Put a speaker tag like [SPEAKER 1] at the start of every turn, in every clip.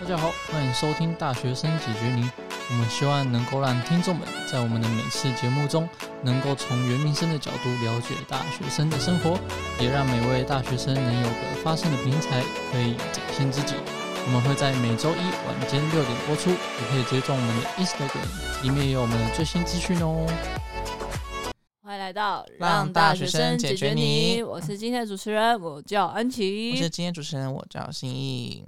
[SPEAKER 1] 大家好，欢迎收听《大学生解决您》，我们希望能够让听众们在我们的每次节目中，能够从原民生的角度了解大学生的生活，也让每位大学生能有个发声的平台，可以展现自己。我们会在每周一晚间六点播出，也可以追踪我们的 Instagram，里面有我们的最新资讯哦。
[SPEAKER 2] 欢迎来到
[SPEAKER 3] 让大学生解决你
[SPEAKER 2] 我是今天的主持人，我叫安
[SPEAKER 3] 我
[SPEAKER 2] 琪
[SPEAKER 3] 是。今天主持人，我叫新意。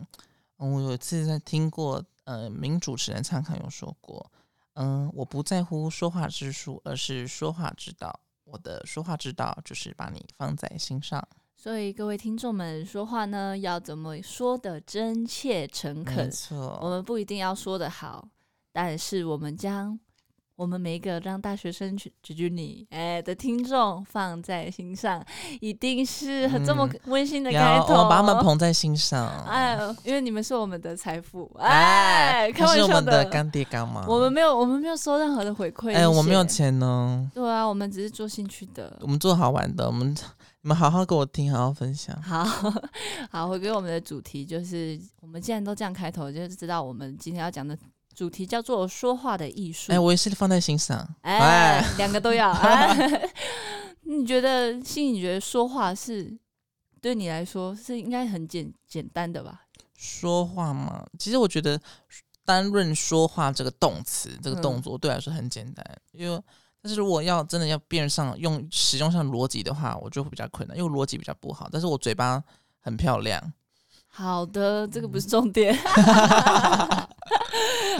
[SPEAKER 3] 嗯，我有一次在听过呃名主持人常常有说过，嗯，我不在乎说话之术，而是说话之道。我的说话之道就是把你放在心上，
[SPEAKER 2] 所以各位听众们说话呢，要怎么说的真切诚
[SPEAKER 3] 没
[SPEAKER 2] 恳？我
[SPEAKER 3] 错，
[SPEAKER 2] 们不一定要说的好，但是我们将我们每一个让大学生去解决你哎的听众放在心上，一定是很这么
[SPEAKER 3] 嗯
[SPEAKER 2] 温馨的开
[SPEAKER 3] 要
[SPEAKER 2] 头。
[SPEAKER 3] 我们把他们捧在心上。
[SPEAKER 2] 哎，因为你们是我们的财富，
[SPEAKER 3] 哎
[SPEAKER 2] 哎，开
[SPEAKER 3] 他
[SPEAKER 2] 玩
[SPEAKER 3] 是我
[SPEAKER 2] 笑
[SPEAKER 3] 们的干爹干妈。
[SPEAKER 2] 我们没有，我们没有收任何的回馈。
[SPEAKER 3] 哎，我没有
[SPEAKER 2] 谢谢
[SPEAKER 3] 钱呢，
[SPEAKER 2] 对啊，我们只是做兴趣的
[SPEAKER 3] 我。们做好玩的，我们你们好好给我听，好好分享。
[SPEAKER 2] 好好，回归我们的主题，就是我们既然都这样开头，就是知道我们今天要讲的主题叫做说话的艺术
[SPEAKER 3] 哎，。我也是放在心上。
[SPEAKER 2] 哎，两个都 要。哎你觉得，心你觉得说话是对你来说是应该很简简单的吧？
[SPEAKER 3] 说话嘛，其实我觉得单论说话这个动词、这个
[SPEAKER 2] 嗯
[SPEAKER 3] 动作对我来说很简单，因为但是如果要真的要变上用使用上逻辑的话，我就会比较困难，因为逻辑比较不好。但是我嘴巴很漂亮，
[SPEAKER 2] 好的，这个
[SPEAKER 3] 嗯
[SPEAKER 2] 不是重 点。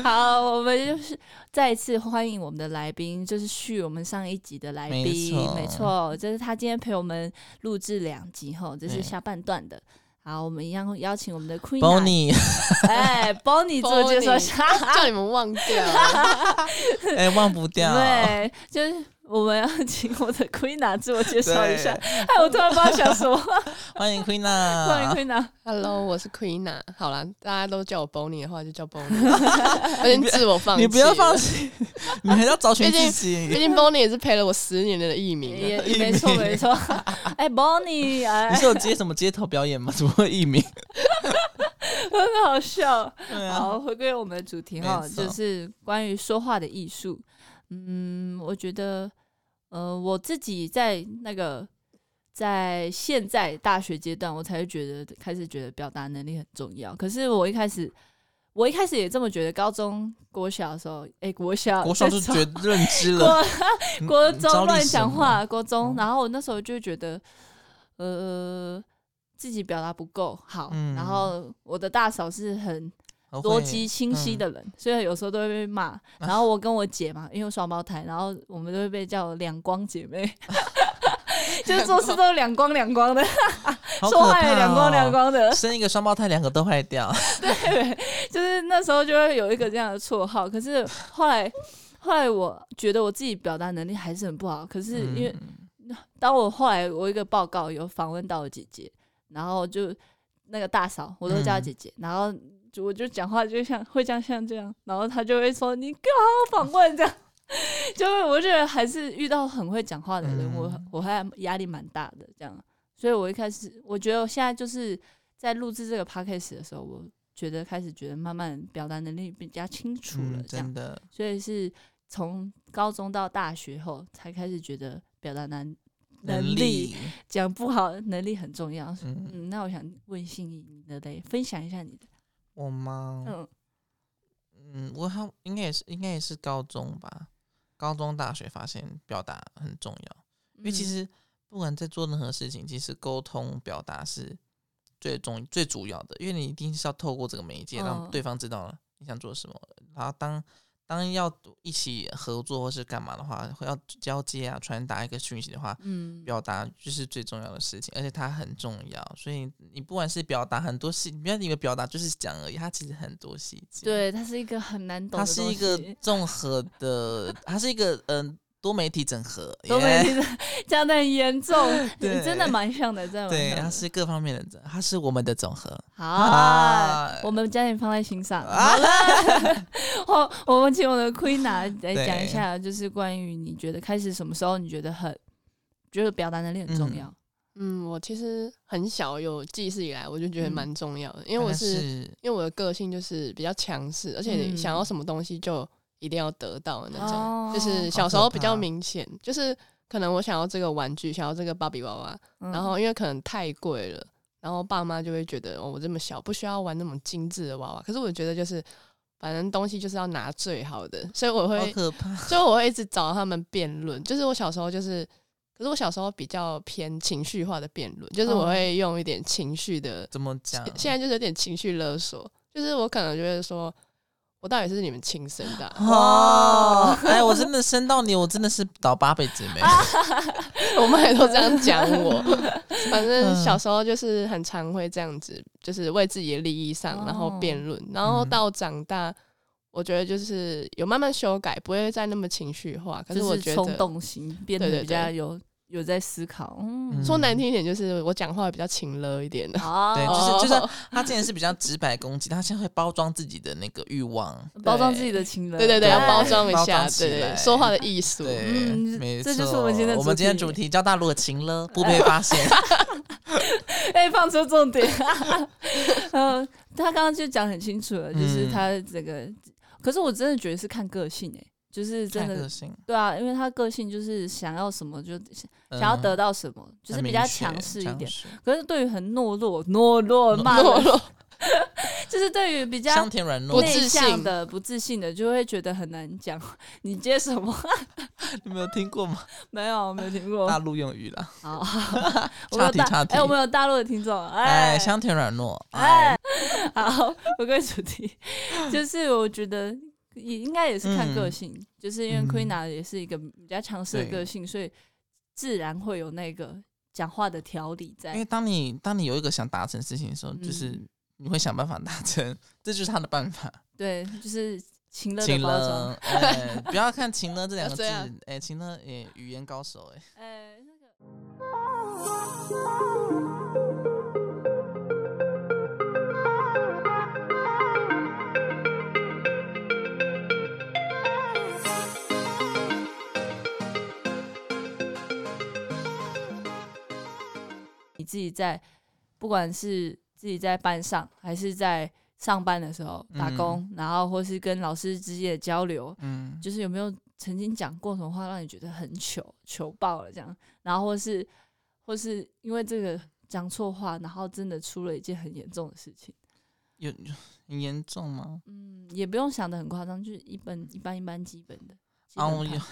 [SPEAKER 2] 好，我们就是再一次欢迎我们的来宾，就是续我们上一集的来
[SPEAKER 3] 没
[SPEAKER 2] 宾，
[SPEAKER 3] 错
[SPEAKER 2] 没错，这是他今天陪我们录制两集后，这是
[SPEAKER 3] 对
[SPEAKER 2] 下半段的。好，我们一样邀请我们的 Queen，
[SPEAKER 3] Bonnie，
[SPEAKER 2] 哎，Bonnie 做介绍一下，
[SPEAKER 4] 叫你们忘掉了，
[SPEAKER 3] 哎、忘不 掉。
[SPEAKER 2] 对，就是我们要请我的 Queen 啊自我介
[SPEAKER 3] 对
[SPEAKER 2] 绍一下。哎，我突然不知道想什么，
[SPEAKER 3] 欢迎
[SPEAKER 2] 欢
[SPEAKER 3] Queen
[SPEAKER 2] 迎
[SPEAKER 3] 啊！
[SPEAKER 2] Queen。
[SPEAKER 4] Hello，我是 Queen a 好啦，大家都叫我 Bonnie 的话，就叫 Bonnie。有点自我放弃，
[SPEAKER 3] 啊你不要放。弃， 你还是要找寻自
[SPEAKER 4] 毕
[SPEAKER 3] 己。
[SPEAKER 4] 竟 Bonnie 也是陪了我十年的艺名 啊，
[SPEAKER 2] 也也没错没错，哎，Bonnie，哎
[SPEAKER 3] 你，是有接什么街头表演吗？ 怎么会艺名？
[SPEAKER 2] 很好笑。
[SPEAKER 3] 对啊，
[SPEAKER 2] 好，回归我们的主题哈，
[SPEAKER 3] 没错
[SPEAKER 2] 就是关于说话的艺术。嗯，我觉得，呃，我自己在那个在现在大学阶段，我才会觉得开始觉得表达能力很重要。可是我一开始，我一开始也这么觉得，高中、国小的时候，哎、国小、
[SPEAKER 3] 国小就觉得嗯认知 了，
[SPEAKER 2] 国国
[SPEAKER 3] 你
[SPEAKER 2] 中乱讲，
[SPEAKER 3] 你
[SPEAKER 2] 话，国中
[SPEAKER 3] 嗯，
[SPEAKER 2] 然后我那时候就觉得，呃，自己表达不够好，
[SPEAKER 3] 嗯
[SPEAKER 2] 然后我的大嫂是很
[SPEAKER 3] 招立什么
[SPEAKER 2] 逻辑清
[SPEAKER 3] 嗯
[SPEAKER 2] 晰，的人，所以有时候都会被
[SPEAKER 3] 啊
[SPEAKER 2] 骂。然后我跟我姐嘛，因为我双胞胎，然后我们都会被叫两光姐 妹，就是做事都两光两光的，
[SPEAKER 3] 好可
[SPEAKER 2] 说话也
[SPEAKER 3] 怕
[SPEAKER 2] 两光两
[SPEAKER 3] 哦
[SPEAKER 2] 光的，
[SPEAKER 3] 生一个双胞胎，两个都坏掉。
[SPEAKER 2] 对，就是那时候就会有一个这样的绰号。可是后来，后来我觉得我自己表达能力还是很不好，可是因为
[SPEAKER 3] 嗯
[SPEAKER 2] 当我后来我一个报告有访问到我姐姐，然后就那个大嫂，我都叫她
[SPEAKER 3] 嗯
[SPEAKER 2] 姐姐，然后就我就讲话就像会像像这样，然后她就会说你给我好好访问这样。 就是我觉得还是遇到很会讲话的人，
[SPEAKER 3] 嗯
[SPEAKER 2] 我我还压力蛮大的这样，所以我一开始我觉得我现在就是在录制这个 podcast 的时候，我觉得开始觉得慢慢表达能力比较清楚了
[SPEAKER 3] 嗯
[SPEAKER 2] 这样
[SPEAKER 3] 真，的，
[SPEAKER 2] 所以是从高中到大学后才开始觉得表达能能力，讲不好能力很重要。
[SPEAKER 3] 嗯，
[SPEAKER 2] 嗯，那我想问心仪你的嘞，分享一下你的。
[SPEAKER 3] 我吗？
[SPEAKER 2] 嗯，
[SPEAKER 3] 嗯，我好应该也是，应该也是高中吧，高中大学发现表达很重要，因为
[SPEAKER 2] 嗯
[SPEAKER 3] 其实不管在做任何事情，其实沟通表达是最重最主要的，因为你一定是要透过这个媒介
[SPEAKER 2] 嗯
[SPEAKER 3] 让对方知道你想做什么，然后当。当要一起合作或是干嘛的话，会要交接啊，传达一个讯息的话，
[SPEAKER 2] 嗯，
[SPEAKER 3] 表达就是最重要的事情，而且它很重要。所以你不管是表达很多细，你不要以为表达就是讲而已，它其实很多细节。，
[SPEAKER 2] 对，它是一个很难懂
[SPEAKER 3] 它
[SPEAKER 2] 的
[SPEAKER 3] 是
[SPEAKER 2] 东
[SPEAKER 3] 一个
[SPEAKER 2] 西
[SPEAKER 3] 综合的，它是一个嗯、多媒体 整合。
[SPEAKER 2] 都没
[SPEAKER 3] 耶
[SPEAKER 2] 听说，讲的很严重，
[SPEAKER 3] 对
[SPEAKER 2] 真的蛮像的，真的蛮
[SPEAKER 3] 对，
[SPEAKER 2] 像
[SPEAKER 3] 它
[SPEAKER 2] 的。
[SPEAKER 3] 是各方面的整，它是我们的总和。
[SPEAKER 2] 好，
[SPEAKER 3] 啊
[SPEAKER 2] 我们将你放在心上。
[SPEAKER 3] 啊！
[SPEAKER 2] 好，我们请我的 Queen 啊来
[SPEAKER 3] 对
[SPEAKER 2] 讲一下，就是关于你觉得开始什么时候你觉得很觉得表达能力很重
[SPEAKER 3] 嗯
[SPEAKER 2] 要？
[SPEAKER 4] 嗯，我其实很小有记事以来，我就觉得蛮重要的，因为我
[SPEAKER 3] 大概
[SPEAKER 4] 是
[SPEAKER 3] 是
[SPEAKER 4] 因为我的个性就是比较强势，而且
[SPEAKER 2] 嗯
[SPEAKER 4] 想要什么东西就一定要得到的那种。
[SPEAKER 2] 哦
[SPEAKER 4] 就是小
[SPEAKER 3] 好
[SPEAKER 4] 时
[SPEAKER 3] 可
[SPEAKER 4] 候比较
[SPEAKER 3] 怕
[SPEAKER 4] 明显，就是可能我想要这个玩具，想要这个芭比娃娃，
[SPEAKER 2] 嗯
[SPEAKER 4] 然后因为可能太贵了，然后爸妈就会觉得哦，我这么小不需要玩那么精致的娃娃。可是我觉得就是，反正东西就是要拿最好的，所以我
[SPEAKER 3] 好
[SPEAKER 2] 哦
[SPEAKER 4] 会，
[SPEAKER 3] 可怕，
[SPEAKER 4] 所以我会一直找他们辩论。就是我小时候就是，可是我小时候比较偏情绪化的辩论，就是我
[SPEAKER 2] 哦
[SPEAKER 4] 会用一点情绪的
[SPEAKER 3] 怎么讲？
[SPEAKER 4] 现在就是有点情绪勒索，就是我可能就会说，我到底是你们亲生的啊、
[SPEAKER 3] 哦，哎，我真的生到你，我真的是倒八辈子霉。
[SPEAKER 4] 我妈也都这样讲我。反正小时候就是很常会这样子，就是为自己的利益上，
[SPEAKER 2] 哦
[SPEAKER 4] 然后辩论，然后到长大。我觉得就是有慢慢修改，不会再那么情绪化。可是
[SPEAKER 2] 就
[SPEAKER 4] 我
[SPEAKER 2] 是
[SPEAKER 4] 觉
[SPEAKER 2] 冲
[SPEAKER 4] 得
[SPEAKER 2] 动型变
[SPEAKER 4] 对
[SPEAKER 2] 得
[SPEAKER 4] 对
[SPEAKER 2] 比较
[SPEAKER 4] 对
[SPEAKER 2] 有有在思考，嗯，
[SPEAKER 3] 嗯
[SPEAKER 4] 说难听一点，就是我讲话比较勤了一点的。
[SPEAKER 2] 哦
[SPEAKER 3] 对就是就是
[SPEAKER 4] 哦
[SPEAKER 3] 他之前是比较直白攻击，他现在会包装自己的那个欲望。
[SPEAKER 2] 包装自己的情人，
[SPEAKER 4] 对对对，要包装一
[SPEAKER 3] 包
[SPEAKER 4] 下，
[SPEAKER 3] 装起
[SPEAKER 4] 对对对，
[SPEAKER 3] 来
[SPEAKER 4] 说话的艺术。
[SPEAKER 3] 对，
[SPEAKER 2] 嗯
[SPEAKER 3] 没错。
[SPEAKER 2] 这就是我们今天的
[SPEAKER 3] 我们
[SPEAKER 2] 主
[SPEAKER 3] 今天
[SPEAKER 2] 题
[SPEAKER 3] 主题叫大陆的情了，不被发现。
[SPEAKER 2] 哎、放出重 点。嗯，他刚刚就讲很清楚了，就是
[SPEAKER 3] 嗯
[SPEAKER 2] 他这个，可是我真的觉得是看个性哎、就是 真
[SPEAKER 3] 看
[SPEAKER 2] 的
[SPEAKER 3] 个性，
[SPEAKER 2] 对啊，因为他个性就是想要什么就想要得
[SPEAKER 3] 嗯，
[SPEAKER 2] 到什么，就是
[SPEAKER 3] 很
[SPEAKER 2] 比较
[SPEAKER 3] 明确
[SPEAKER 2] 强势一点。。
[SPEAKER 3] 强势
[SPEAKER 2] 可是对于很懦弱、懦弱 骂
[SPEAKER 4] 懦
[SPEAKER 2] 人，
[SPEAKER 4] 弱，
[SPEAKER 2] 就是对于比较
[SPEAKER 3] 香甜软
[SPEAKER 4] 不
[SPEAKER 3] 糯，
[SPEAKER 4] 自
[SPEAKER 2] 内向
[SPEAKER 4] 信
[SPEAKER 2] 的、不自信的，就会觉得很难讲。 你接什么？
[SPEAKER 3] 你没有听过吗？
[SPEAKER 2] 没有，没有听过。
[SPEAKER 3] 大陆用语啦。
[SPEAKER 2] 好，我们有
[SPEAKER 3] 题
[SPEAKER 2] 大
[SPEAKER 3] 岔
[SPEAKER 2] 哎、我
[SPEAKER 3] 题
[SPEAKER 2] 们有大陆的听众，
[SPEAKER 3] 哎，香甜软糯，
[SPEAKER 2] 哎
[SPEAKER 3] 哎，，
[SPEAKER 2] 好，回归主题，就是我觉得也应该也是看个性，就是因为
[SPEAKER 3] 嗯
[SPEAKER 2] Queena 也是一个比较强势的
[SPEAKER 3] 对
[SPEAKER 2] 个性，所以自然会有那个讲话的条理
[SPEAKER 3] 哎因
[SPEAKER 2] 在。
[SPEAKER 3] 为当你当你有一个想达成的事情的时候，就是
[SPEAKER 2] 嗯
[SPEAKER 3] 你会想办法达成， 这就是他的办法。
[SPEAKER 2] 对，就是情乐的
[SPEAKER 3] 情
[SPEAKER 2] 包装。啊
[SPEAKER 3] 了，哎，不要看情了 这两个字
[SPEAKER 4] 要这样，
[SPEAKER 3] 哎，情了，哎，语言高手，哎，
[SPEAKER 2] 哎，那个你自己在，不管是自己在班上，还是在上班的时候打工，然后或是跟老师之间的交流，
[SPEAKER 3] 嗯，
[SPEAKER 2] 就是有没有曾经讲过什么话让你觉得很糗，糗爆了这样？然后或是或是因为这个讲错话，然后真的出了一件很严重的事情。
[SPEAKER 3] 有有很严重吗？
[SPEAKER 2] 嗯，也不用想的很夸张，就是一般一般一般基本的。基
[SPEAKER 3] 啊，
[SPEAKER 2] 本
[SPEAKER 3] 我有
[SPEAKER 2] 盘，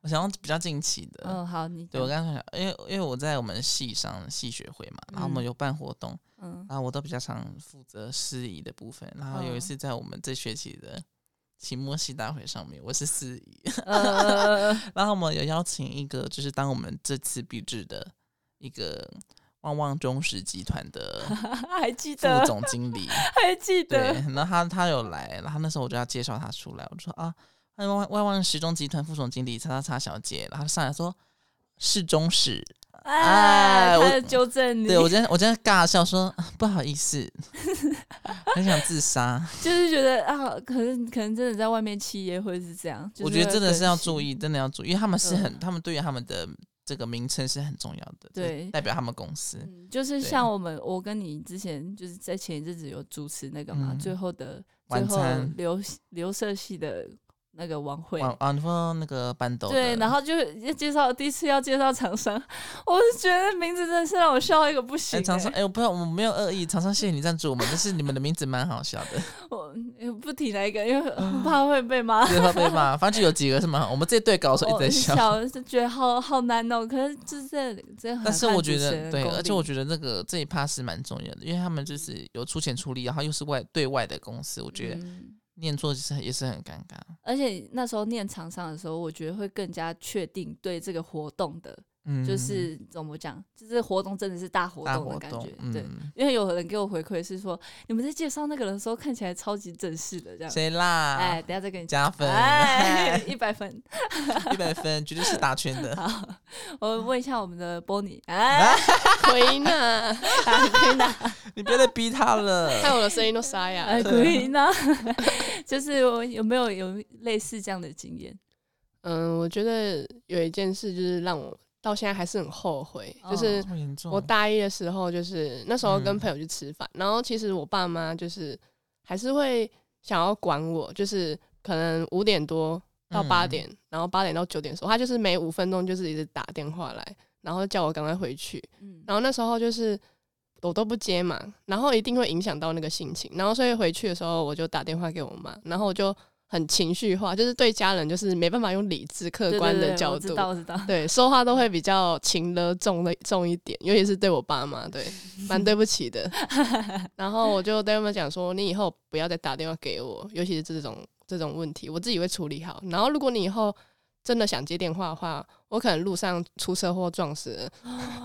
[SPEAKER 3] 我想要比较近期的，
[SPEAKER 2] 嗯，好，你
[SPEAKER 3] 对，我
[SPEAKER 2] 讲
[SPEAKER 3] 刚才想，因为因为我在我们系上系学会嘛，然后我
[SPEAKER 2] 嗯
[SPEAKER 3] 们有办活动，
[SPEAKER 2] 嗯
[SPEAKER 3] 然后我都比较常负责司仪的部分。然后有一
[SPEAKER 2] 嗯
[SPEAKER 3] 次在我们这学期的期末系大会上面，我是司仪，
[SPEAKER 2] 呃，
[SPEAKER 3] 然后我们有邀请一个，就是当我们这次毕制的一个旺旺中石集团 的
[SPEAKER 2] 还记
[SPEAKER 3] 副
[SPEAKER 2] 得，
[SPEAKER 3] 总 经理，
[SPEAKER 2] 还记
[SPEAKER 3] 对
[SPEAKER 2] 得，，
[SPEAKER 3] 然后他他有来，然后那时候我就要介绍他出来，我就说啊，万万万万时钟集团副总经理叉叉叉小姐，然后他上来说是中 史，
[SPEAKER 2] 哎，
[SPEAKER 3] 哎
[SPEAKER 2] 他
[SPEAKER 3] 我
[SPEAKER 2] 有纠正你，
[SPEAKER 3] 对我今天我今天尬笑说、啊不好意思， 很想自杀，
[SPEAKER 2] 就是觉得啊，可能可能真的在外面企业会是这样，就是
[SPEAKER 3] 我觉得真的是要注
[SPEAKER 2] 意，
[SPEAKER 3] 意，真的要注意，因为他们是很，
[SPEAKER 2] 嗯
[SPEAKER 3] 他们对于他们的这个名称是很重要的，就是
[SPEAKER 2] 对
[SPEAKER 3] 代表他们公司，
[SPEAKER 2] 嗯，就是
[SPEAKER 3] 对啊
[SPEAKER 2] 像我们，我跟你之前就是在前一阵子有主持那个嘛，
[SPEAKER 3] 嗯
[SPEAKER 2] 最后的最
[SPEAKER 3] 晚
[SPEAKER 2] 后
[SPEAKER 3] 餐
[SPEAKER 2] 留留社系的那个晚会。
[SPEAKER 3] 啊啊，你说那个班斗的，哎
[SPEAKER 2] 对，然后就是要介绍第一次要介绍厂商， 我是觉得名字真的是让我笑到一个不行、
[SPEAKER 3] 哎，
[SPEAKER 2] 欸。
[SPEAKER 3] 长商，哎、我不知道，我没有恶意。长商，谢谢你赞助我们，但是你们的名字蛮好笑的，
[SPEAKER 2] 我哎不提哪一个，因为
[SPEAKER 3] 嗯
[SPEAKER 2] 我怕会被骂。
[SPEAKER 3] 对，会被骂。反正就有几个是蛮好，我们这一队搞手一直在笑。
[SPEAKER 2] 小就觉得好好难哦。可是就是这这很
[SPEAKER 3] 但是
[SPEAKER 2] 看
[SPEAKER 3] 我
[SPEAKER 2] 主
[SPEAKER 3] 觉
[SPEAKER 2] 持
[SPEAKER 3] 得
[SPEAKER 2] 人
[SPEAKER 3] 对，
[SPEAKER 2] 功
[SPEAKER 3] 而且我
[SPEAKER 2] 力
[SPEAKER 3] 觉得那个这一趴是蛮重要的，因为他们就是有出钱出力，然后又是外对外的公司，我觉得
[SPEAKER 2] 嗯
[SPEAKER 3] 念错其实也是很尴尬。
[SPEAKER 2] 而且那时候念厂商的时候，我觉得会更加确定对这个活动的，
[SPEAKER 3] 嗯，
[SPEAKER 2] 就是怎么讲，就是活动真的是大活
[SPEAKER 3] 大
[SPEAKER 2] 动
[SPEAKER 3] 活
[SPEAKER 2] 的感
[SPEAKER 3] 动
[SPEAKER 2] 觉，，对。
[SPEAKER 3] 嗯，
[SPEAKER 2] 因为有人给我回馈是说，你们在介绍那个人的时候看起来超级正式的这样。
[SPEAKER 3] 谁啦？
[SPEAKER 2] 哎，等一下再跟你讲。
[SPEAKER 3] 加分，
[SPEAKER 2] 哎， 一百分。
[SPEAKER 3] 一百分，绝对是打圈的。啊
[SPEAKER 2] 好，我问一下我们的 Bonnie。哎，
[SPEAKER 4] 奎娜，
[SPEAKER 2] 可以拿
[SPEAKER 3] 你不要再逼他 了。
[SPEAKER 4] 看我的声音都沙哑了。
[SPEAKER 2] 哎，可以呢。 就是我有没有有类似这样的经验？
[SPEAKER 4] 嗯，我觉得有一件事就是让我到现在还是很后悔，
[SPEAKER 2] 哦
[SPEAKER 4] 就是
[SPEAKER 3] 这么严重？
[SPEAKER 4] 我大一的时候，就是那时候跟
[SPEAKER 3] 嗯
[SPEAKER 4] 朋友去吃饭，然后其实我爸妈就是还是会想要管我，就是可能五点多到八
[SPEAKER 3] 嗯
[SPEAKER 4] 点，然后八点到九点的时候，他就是每五分钟就是一直打电话来，然后叫我赶快回去，
[SPEAKER 2] 嗯，
[SPEAKER 4] 然后那时候就是我都不接嘛，然后一定会影响到那个心情，然后所以回去的时候我就打电话给我妈，然后我就很情绪化，就是对家人就是没办法用理智客
[SPEAKER 2] 对
[SPEAKER 4] 观
[SPEAKER 2] 对
[SPEAKER 4] 的
[SPEAKER 2] 对
[SPEAKER 4] 角
[SPEAKER 2] 我知
[SPEAKER 4] 度，嗯
[SPEAKER 2] 道，我知道。
[SPEAKER 4] 对，说话都会比较情了重的重一点，尤其是对我爸 妈，对，蛮对不起的。然后我就对他们讲说，你以后不要再打电话给我，尤其是这种这种问题，我自己会处理好。然后如果你以后真的想接电话的话，我可能路上出车祸撞 死人，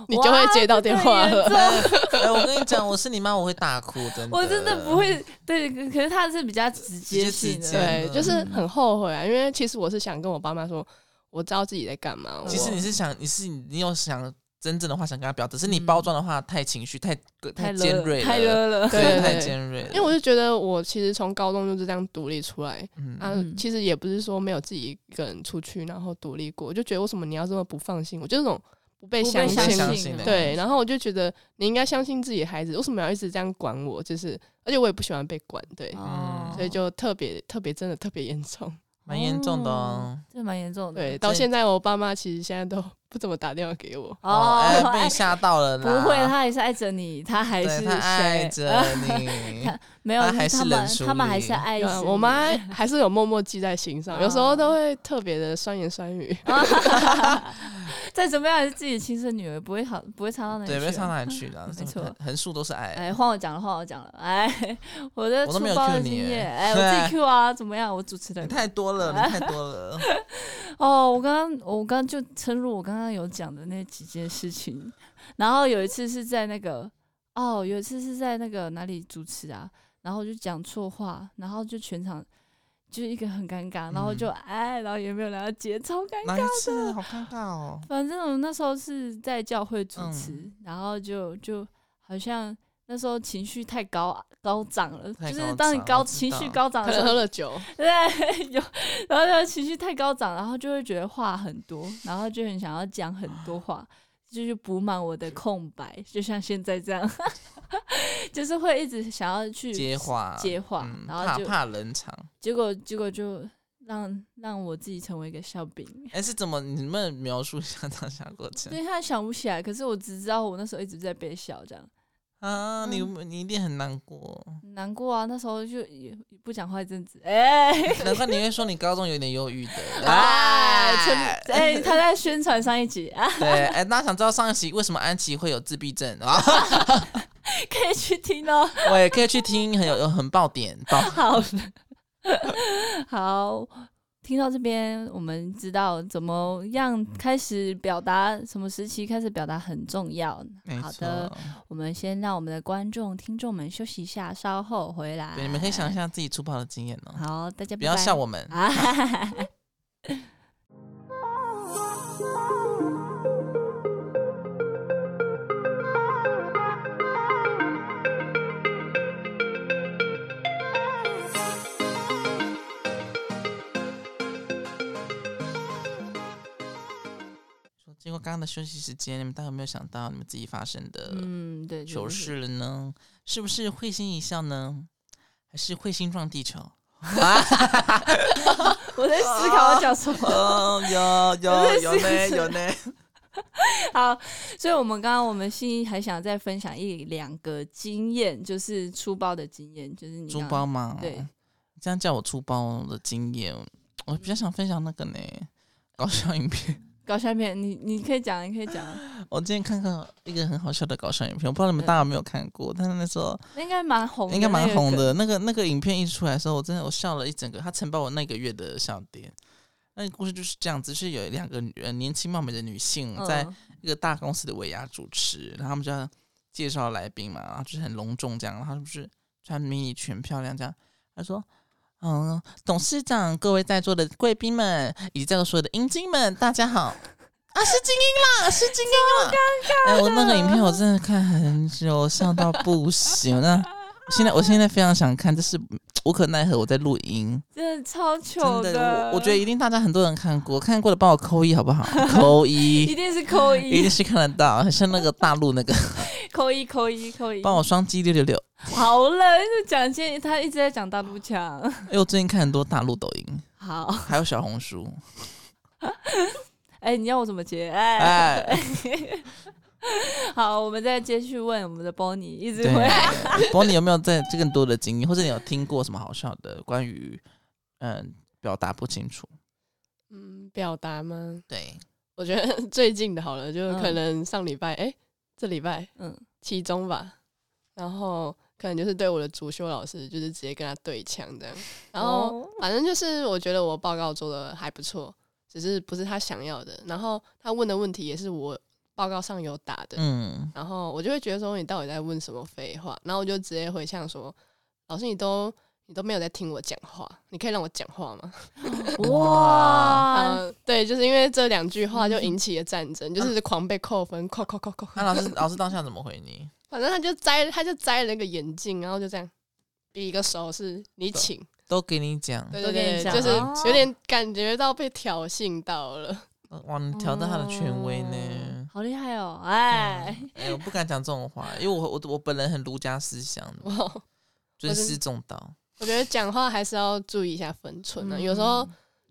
[SPEAKER 4] 你就会接到电话
[SPEAKER 2] 哇这个
[SPEAKER 4] 了。
[SPEAKER 2] 严重
[SPEAKER 3] 哎，我跟你讲，我是你妈，我会大哭，真的，
[SPEAKER 2] 我真的不会对，可可是他是比较直接性
[SPEAKER 3] 呃直接直接
[SPEAKER 2] 的，
[SPEAKER 4] 对，就是很后悔啊，因为其实我是想跟我爸妈说，我知道自己在干嘛。
[SPEAKER 2] 嗯
[SPEAKER 3] 其实
[SPEAKER 4] 我
[SPEAKER 3] 你是想，你是你有想真正的话想跟他表达，只是你
[SPEAKER 2] 嗯
[SPEAKER 3] 包装的话太情绪、太
[SPEAKER 2] 太
[SPEAKER 3] 尖
[SPEAKER 2] 勒
[SPEAKER 3] 锐了，
[SPEAKER 2] 太勒了。
[SPEAKER 4] 对对
[SPEAKER 3] 太
[SPEAKER 4] 对
[SPEAKER 3] 尖锐了。
[SPEAKER 4] 因为我就觉得我其实从高中就是这样独立出来，
[SPEAKER 3] 嗯
[SPEAKER 4] 啊
[SPEAKER 2] 嗯，
[SPEAKER 4] 其实也不是说没有自己一个人出去，然后独立过，我就觉得为什么你要这么不放心我，就这种不被
[SPEAKER 2] 不被
[SPEAKER 4] 相
[SPEAKER 3] 相
[SPEAKER 4] 信。
[SPEAKER 3] 信
[SPEAKER 2] 的
[SPEAKER 4] 对，然后我就觉得你应该相信自己的孩子，为什么要一直这样管我？就是，而且我也不喜欢被管，对，
[SPEAKER 2] 哦
[SPEAKER 4] 所以就特别特别真的特别严重。
[SPEAKER 3] 蛮严重的哦。
[SPEAKER 2] 嗯这蛮严重的。
[SPEAKER 4] 对，到现在我爸妈其实现在都 不怎么打电话给我，
[SPEAKER 2] 哦，
[SPEAKER 3] 哎被
[SPEAKER 2] 哎
[SPEAKER 3] 你吓到了
[SPEAKER 2] 不
[SPEAKER 3] 啦！
[SPEAKER 2] 会，他还是爱着你，他还
[SPEAKER 3] 对
[SPEAKER 2] 是
[SPEAKER 3] 他爱
[SPEAKER 2] 谁。
[SPEAKER 3] 着你
[SPEAKER 2] 没有，
[SPEAKER 3] 他
[SPEAKER 2] 是
[SPEAKER 3] 还是
[SPEAKER 2] 他
[SPEAKER 3] 冷
[SPEAKER 2] 们
[SPEAKER 3] 处
[SPEAKER 2] 他们还
[SPEAKER 3] 理
[SPEAKER 2] 是爱
[SPEAKER 4] 对
[SPEAKER 2] 着
[SPEAKER 4] 啊
[SPEAKER 2] 你
[SPEAKER 4] 我妈还是有默默记在心上，有时候都会特别的酸言酸语。
[SPEAKER 2] 哦啊 再怎么样也是自己的亲生女儿，不会好，不会差到哪里去
[SPEAKER 3] 对，
[SPEAKER 2] 啊。
[SPEAKER 3] 别上哪里去了，
[SPEAKER 2] 没错
[SPEAKER 3] 横横竖都是爱。
[SPEAKER 2] 哎，换我讲了，换我讲了。哎， 我的
[SPEAKER 3] 我
[SPEAKER 2] 粗
[SPEAKER 3] 都没有
[SPEAKER 2] 暴
[SPEAKER 3] cue
[SPEAKER 2] 的
[SPEAKER 3] 你
[SPEAKER 2] 经验，
[SPEAKER 3] 哎
[SPEAKER 2] 哎， 我自己 Q 啊，怎么样？我主持
[SPEAKER 3] 你
[SPEAKER 2] 人
[SPEAKER 3] 太多了，你太多了。
[SPEAKER 2] 哦，我刚刚我刚刚就称入我刚刚有讲的那几件事情，然后有一次是在那个哦，有一次是在那个哪里主持啊，然后我就讲错话，然后就全场就一个很尴尬，然后
[SPEAKER 3] 嗯
[SPEAKER 2] 就、哎，然后也没有人要接，超尴尬。
[SPEAKER 3] 哪一次？好尴尬哦。
[SPEAKER 2] 反正我那时候是在教会主
[SPEAKER 3] 嗯
[SPEAKER 2] 持，然后就就好像那时候情绪太高高涨了，
[SPEAKER 3] 太
[SPEAKER 2] 就
[SPEAKER 3] 高
[SPEAKER 2] 是当你
[SPEAKER 3] 涨
[SPEAKER 2] 高
[SPEAKER 3] 我知
[SPEAKER 2] 情绪
[SPEAKER 3] 道
[SPEAKER 2] 高涨
[SPEAKER 4] 可
[SPEAKER 2] 的时
[SPEAKER 4] 能 喝
[SPEAKER 2] 候，
[SPEAKER 4] 了酒，
[SPEAKER 2] 对，有，然后就情绪太高涨，然后就会觉得话很多，然后就很想要讲很多话，就是补满我的空白，就像现在这样， 就是会一直想要去
[SPEAKER 3] 接话，
[SPEAKER 2] 接话
[SPEAKER 3] 嗯
[SPEAKER 2] 然后
[SPEAKER 3] 怕
[SPEAKER 2] 就
[SPEAKER 3] 怕冷场。
[SPEAKER 2] 结果结果就让让我自己成为一个笑柄。
[SPEAKER 3] 哎，是怎么？你们描述一下当下过程
[SPEAKER 2] 对，他想不起来，可是我只知道我那时候一直在被笑，这样
[SPEAKER 3] 啊？你
[SPEAKER 2] 嗯
[SPEAKER 3] 你一定很难过，
[SPEAKER 2] 很难过啊。那时候就也也不讲话一阵子，哎、
[SPEAKER 3] 难怪你会说你高中有点忧郁的。
[SPEAKER 2] 哎，
[SPEAKER 3] 哎
[SPEAKER 2] 趁哎、他在宣传上一集啊，
[SPEAKER 3] 对，哎，大家想知道上一期为什么安琪会有自闭症啊？
[SPEAKER 2] 可以去听哦。
[SPEAKER 3] 我也可以去听，很有有很爆点 爆。
[SPEAKER 2] 好的， 好，听到这边，我们知道怎么样开始表达，什么时期开始表达很重要。
[SPEAKER 3] 没
[SPEAKER 2] 好的，
[SPEAKER 3] 错，
[SPEAKER 2] 我们先让我们的观众、听众们休息一下，稍后回来。
[SPEAKER 3] 对，你们可以想一下自己粗暴的经验哦，
[SPEAKER 2] 好，大家
[SPEAKER 3] 不要
[SPEAKER 2] 拜拜
[SPEAKER 3] 笑我们。
[SPEAKER 2] 啊！
[SPEAKER 3] 说经过刚刚的休息时间，你们大家有没有想到你们自己发生的
[SPEAKER 2] 嗯，对，对
[SPEAKER 3] 糗
[SPEAKER 2] 对
[SPEAKER 3] 事了呢？是不是会心一笑呢？还是彗星撞地球？ 啊，
[SPEAKER 2] 我在思考要讲什么。
[SPEAKER 3] 哦有 有有呢有呢，
[SPEAKER 2] 好，所以我们刚刚我们心仪还想再分享一两个经验，就是粗包的经验，就是你
[SPEAKER 3] 珠
[SPEAKER 2] 刚
[SPEAKER 3] 包嘛，
[SPEAKER 2] 对，
[SPEAKER 3] 你这样叫我粗包的经验，我比较想分享那个呢，搞笑影片。
[SPEAKER 2] 搞笑片，你你可以讲，你可以讲啊，
[SPEAKER 3] 我之前看到一个很好笑的搞笑影片，我不知道你们大家有没有看过，但是那时候
[SPEAKER 2] 那应该蛮嗯红的那
[SPEAKER 3] 应该
[SPEAKER 2] 个梗，
[SPEAKER 3] 蛮红的。那个那个影片一出来的时候，我真的我笑了一整个，它承包我那个月的笑点。那个故事就是这样子，是有两个女呃年轻貌美的女性
[SPEAKER 2] 嗯，
[SPEAKER 3] 在一个大公司的尾牙主持，然后他们就要介绍来宾嘛，然后就是很隆重这样，然后他们就是穿迷你裙漂亮这样，他说。嗯，董事长，各位在座的贵宾们，以及在座所有的英精们，大家好！ 啊，是精英啦，是精英啦！哎，我那个影片我真的看很久，笑到不行。那现在我现在非常想看，这是无可奈何我在录音，
[SPEAKER 2] 真的超糗
[SPEAKER 3] 真的，我我觉得一定大家很多人看过，看过的帮我扣一好不好？扣
[SPEAKER 2] 一
[SPEAKER 3] 一，
[SPEAKER 2] 定是扣
[SPEAKER 3] 一
[SPEAKER 2] 一
[SPEAKER 3] 定，是看得到，很像那个大陆那 个，
[SPEAKER 2] 扣一，扣一，扣一。
[SPEAKER 3] 帮我双击六六六。
[SPEAKER 2] 好了，就讲现在他一直在讲大陆腔。
[SPEAKER 3] 因哎为我最近看很多大陆抖音，
[SPEAKER 2] 好，
[SPEAKER 3] 还有小红书，
[SPEAKER 2] 哎、你要我怎么接？哎、
[SPEAKER 3] 哎，
[SPEAKER 2] 好，我们再接续问我们的 Bonnie，一直
[SPEAKER 3] 对
[SPEAKER 2] 回。
[SPEAKER 3] 不过你有没有在更多的经验，或者你有听过什么好笑的关于嗯表达不清楚？
[SPEAKER 4] 嗯，表达吗？
[SPEAKER 3] 对，
[SPEAKER 4] 我觉得 最近的好了，就
[SPEAKER 2] 嗯
[SPEAKER 4] 可能上礼拜，哎、这礼拜
[SPEAKER 2] 嗯，
[SPEAKER 4] 期中吧，然后可能就是对我的主修老师，就是直接跟他对枪这样，然后
[SPEAKER 2] 哦
[SPEAKER 4] 反正就是我觉得我报告做的还不错，只是不是他想要的。然后他问的问题也是我报告上有答的，
[SPEAKER 3] 嗯，
[SPEAKER 4] 然后我就会觉得说你到底在问什么废话？然后我就直接回呛说，老师你都你都没有在听我讲话，你可以让我讲话吗？
[SPEAKER 2] 哦哇，
[SPEAKER 4] 嗯、对，就是因为这两句话就引起了战争，就是狂被扣分，扣扣扣扣扣
[SPEAKER 3] 那。老师老师当下怎么回你？
[SPEAKER 4] 反正他就摘他就摘了那个眼镜，然后就这样。比一个手势，你
[SPEAKER 3] 对
[SPEAKER 4] 请，
[SPEAKER 3] 都给你讲，
[SPEAKER 4] 对
[SPEAKER 2] 都
[SPEAKER 4] 对
[SPEAKER 2] 跟你
[SPEAKER 4] 对，
[SPEAKER 2] 讲
[SPEAKER 4] 就是
[SPEAKER 2] 哦
[SPEAKER 4] 有点感觉到被挑衅到了。
[SPEAKER 3] 哇，你挑哦到他的权威
[SPEAKER 2] 哦
[SPEAKER 3] 呢？
[SPEAKER 2] 好厉害哦！哎，
[SPEAKER 3] 哎、我不敢讲这种话，因为我我我本人很儒家思想的，
[SPEAKER 4] 哇，
[SPEAKER 3] 尊师重道。
[SPEAKER 4] 我觉得讲话还是要注意一下分寸啊，
[SPEAKER 2] 嗯
[SPEAKER 4] 有时候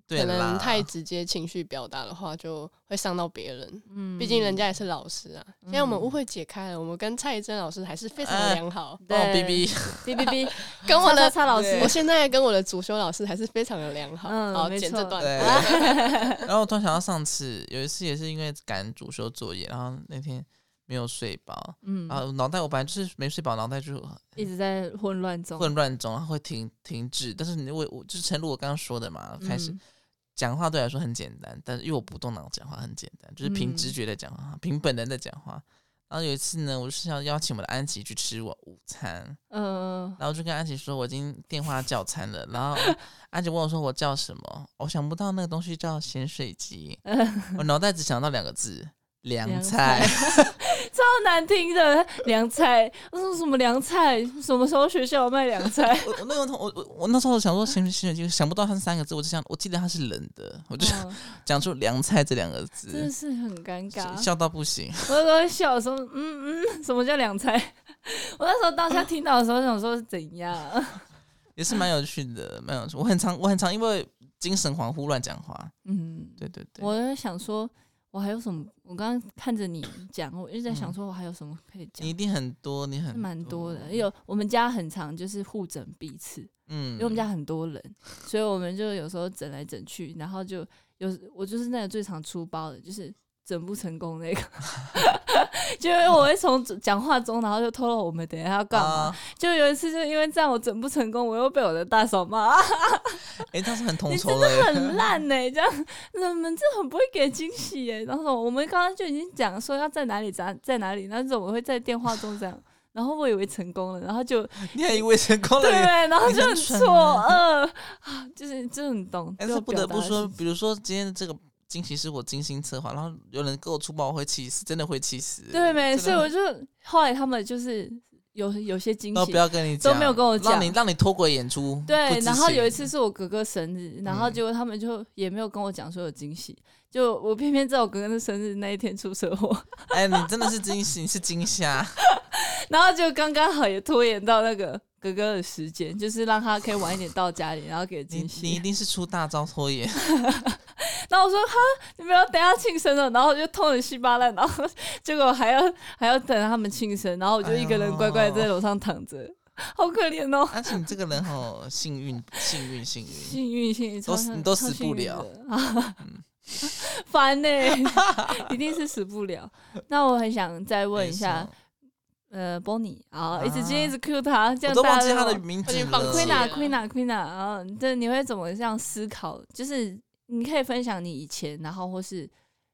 [SPEAKER 3] 对
[SPEAKER 4] 可
[SPEAKER 3] 啦
[SPEAKER 4] 能，太直接情绪表达的话，就会伤到别人。
[SPEAKER 2] 嗯
[SPEAKER 4] 毕竟人家也是老师啊。现在我们误会解开了，我们跟蔡依珍老师还是非常
[SPEAKER 3] 哎
[SPEAKER 4] 良好，
[SPEAKER 3] 帮我逼逼，
[SPEAKER 2] 哔哔哔，
[SPEAKER 4] 跟 我
[SPEAKER 2] 叉
[SPEAKER 4] 的
[SPEAKER 2] 嗯叉老师
[SPEAKER 4] 我现在跟我的主修老师还是非常的良好。
[SPEAKER 2] 嗯
[SPEAKER 4] 好，
[SPEAKER 2] 没
[SPEAKER 4] 剪
[SPEAKER 2] 错
[SPEAKER 4] 这段。
[SPEAKER 3] 对。 然后我突然想到上次有一次也是因为赶主修作业，然后那天没有睡饱，
[SPEAKER 2] 嗯，
[SPEAKER 3] 然后脑袋我本来就是没睡饱，脑袋就
[SPEAKER 2] 一直在混乱中，
[SPEAKER 3] 混乱中，然后会停停滞。但是你我我就是陈露我刚刚说的嘛，开始
[SPEAKER 2] 嗯
[SPEAKER 3] 讲话对我来说很简单，但是因为我不动脑讲话很简单，就是凭
[SPEAKER 2] 嗯
[SPEAKER 3] 直觉的讲话，凭本能的讲话。然后有一次呢，我就是要邀请我的安琪去吃我午餐，
[SPEAKER 2] 嗯，
[SPEAKER 3] 然后就跟安琪说我已经电话叫餐了，然后安琪问我说我叫什么，我想不到那个东西叫咸水鸡，我脑袋只想到两个字凉
[SPEAKER 2] 嗯凉
[SPEAKER 3] 菜，
[SPEAKER 2] 超难听的凉菜，我说什么凉菜？什么时候学校有卖凉菜？
[SPEAKER 3] 我我那个同我我我那时候想说咸水咸水鸡，想不到它是三个字，我就想我记得它是冷的， 我就
[SPEAKER 2] 嗯
[SPEAKER 3] 讲出凉菜这两个
[SPEAKER 2] 真的
[SPEAKER 3] 字，
[SPEAKER 2] 是很尴尬，
[SPEAKER 3] 笑到不行。
[SPEAKER 2] 我都笑说，嗯嗯，什么叫凉菜？ 我那时候当下听到的时候，想说是怎样？
[SPEAKER 3] 也是蛮有趣的，蛮有趣。我很常，我很常因为精神恍惚乱讲话。
[SPEAKER 2] 嗯，
[SPEAKER 3] 对对对，
[SPEAKER 2] 我在想说，我还有什么？我刚刚看着你讲，我一直在想
[SPEAKER 3] 嗯
[SPEAKER 2] 说，我还有什么可以讲
[SPEAKER 3] 你一？哦定很多，你
[SPEAKER 2] 是
[SPEAKER 3] 很
[SPEAKER 2] 蛮多的，有我们家很常就是互整彼此，
[SPEAKER 3] 嗯，
[SPEAKER 2] 因为我们家很多人，所以我们就有时候整来整去，然后就有我就是那个最常出包的，就是整不成功那个， 就是我会从讲话中，然后就透露我们等一下要干嘛，
[SPEAKER 3] 啊，
[SPEAKER 2] 就有一次，就因为这样我整不成功，我又被我的大嫂骂，啊
[SPEAKER 3] 哎，当时很统
[SPEAKER 2] 你
[SPEAKER 3] 筹
[SPEAKER 2] 真
[SPEAKER 3] 的
[SPEAKER 2] 的
[SPEAKER 3] 欸，
[SPEAKER 2] 很烂呢、这样你们这很不会给惊喜耶、然后说我们刚刚就已经讲说要在哪里在在哪里，那怎么会在电话中这样？然后我以为成功了，然后就
[SPEAKER 3] 你还以为成功了
[SPEAKER 2] 对，
[SPEAKER 3] 你。
[SPEAKER 2] 然后
[SPEAKER 3] 你
[SPEAKER 2] 就
[SPEAKER 3] 很
[SPEAKER 2] 很
[SPEAKER 3] 蠢
[SPEAKER 2] 错愕啊，就是就很懂。
[SPEAKER 3] 但
[SPEAKER 2] 就是
[SPEAKER 3] 哎不得
[SPEAKER 2] 表
[SPEAKER 3] 不
[SPEAKER 2] 达的
[SPEAKER 3] 说，
[SPEAKER 2] 心情
[SPEAKER 3] 比如说今天这个惊喜是我精心策划，然后有人跟我出包，我会气死，真的会气死。
[SPEAKER 2] 对没，
[SPEAKER 3] 嗯真的
[SPEAKER 2] 所以
[SPEAKER 3] 会
[SPEAKER 2] 我就后来他们就是有有些惊
[SPEAKER 3] 都
[SPEAKER 2] 喜
[SPEAKER 3] 不，要跟你
[SPEAKER 2] 都
[SPEAKER 3] 讲，
[SPEAKER 2] 没有跟我
[SPEAKER 3] 让你
[SPEAKER 2] 讲
[SPEAKER 3] 让你脱轨演出。不
[SPEAKER 2] 对，
[SPEAKER 3] 知
[SPEAKER 2] 然后
[SPEAKER 3] 情
[SPEAKER 2] 有一次是我哥哥生日，然后
[SPEAKER 3] 嗯
[SPEAKER 2] 结果他们就也没有跟我讲说有惊喜，就我偏偏在我哥哥的生日那一天出车祸，
[SPEAKER 3] 哎，你真的是惊喜，你是惊吓，
[SPEAKER 2] 然后就刚刚好也拖延到那个哥哥的时间，就是让他可以晚一点到家里，然后给
[SPEAKER 3] 你
[SPEAKER 2] 惊
[SPEAKER 3] 你一
[SPEAKER 2] 喜。
[SPEAKER 3] 定是出大招拖延。
[SPEAKER 2] 然后我说哈，你们要等下庆生了，然后我就痛得稀巴烂，然后结果还要还要等他们庆生，然后我就一个人乖乖在楼上躺
[SPEAKER 3] 哦
[SPEAKER 2] 着，好可怜哦。
[SPEAKER 3] 而且你这个人好幸运，幸运，幸运。
[SPEAKER 2] 幸运，幸运，
[SPEAKER 3] 都
[SPEAKER 2] 超
[SPEAKER 3] 死
[SPEAKER 2] 幸
[SPEAKER 3] 你都
[SPEAKER 2] 超
[SPEAKER 3] 死
[SPEAKER 2] 幸
[SPEAKER 3] 不
[SPEAKER 2] 运
[SPEAKER 3] 了
[SPEAKER 2] 的啊！ 烦呢、 一定是死不了。那我很想再问一下
[SPEAKER 3] 没，错，
[SPEAKER 2] 呃，Bonnie 啊，一直今
[SPEAKER 3] 啊
[SPEAKER 2] 天一直 Q 他，这
[SPEAKER 3] 我
[SPEAKER 2] 样
[SPEAKER 3] 都忘
[SPEAKER 2] 大
[SPEAKER 3] 记
[SPEAKER 2] 家
[SPEAKER 3] 他的名字
[SPEAKER 4] 我已经
[SPEAKER 3] 了
[SPEAKER 4] 放。弃
[SPEAKER 2] Queen
[SPEAKER 4] 了
[SPEAKER 2] 啊，Queen 啊，Queen 啊，啊，对，你会怎么这样思考？就是你可以分享你以前，然后或是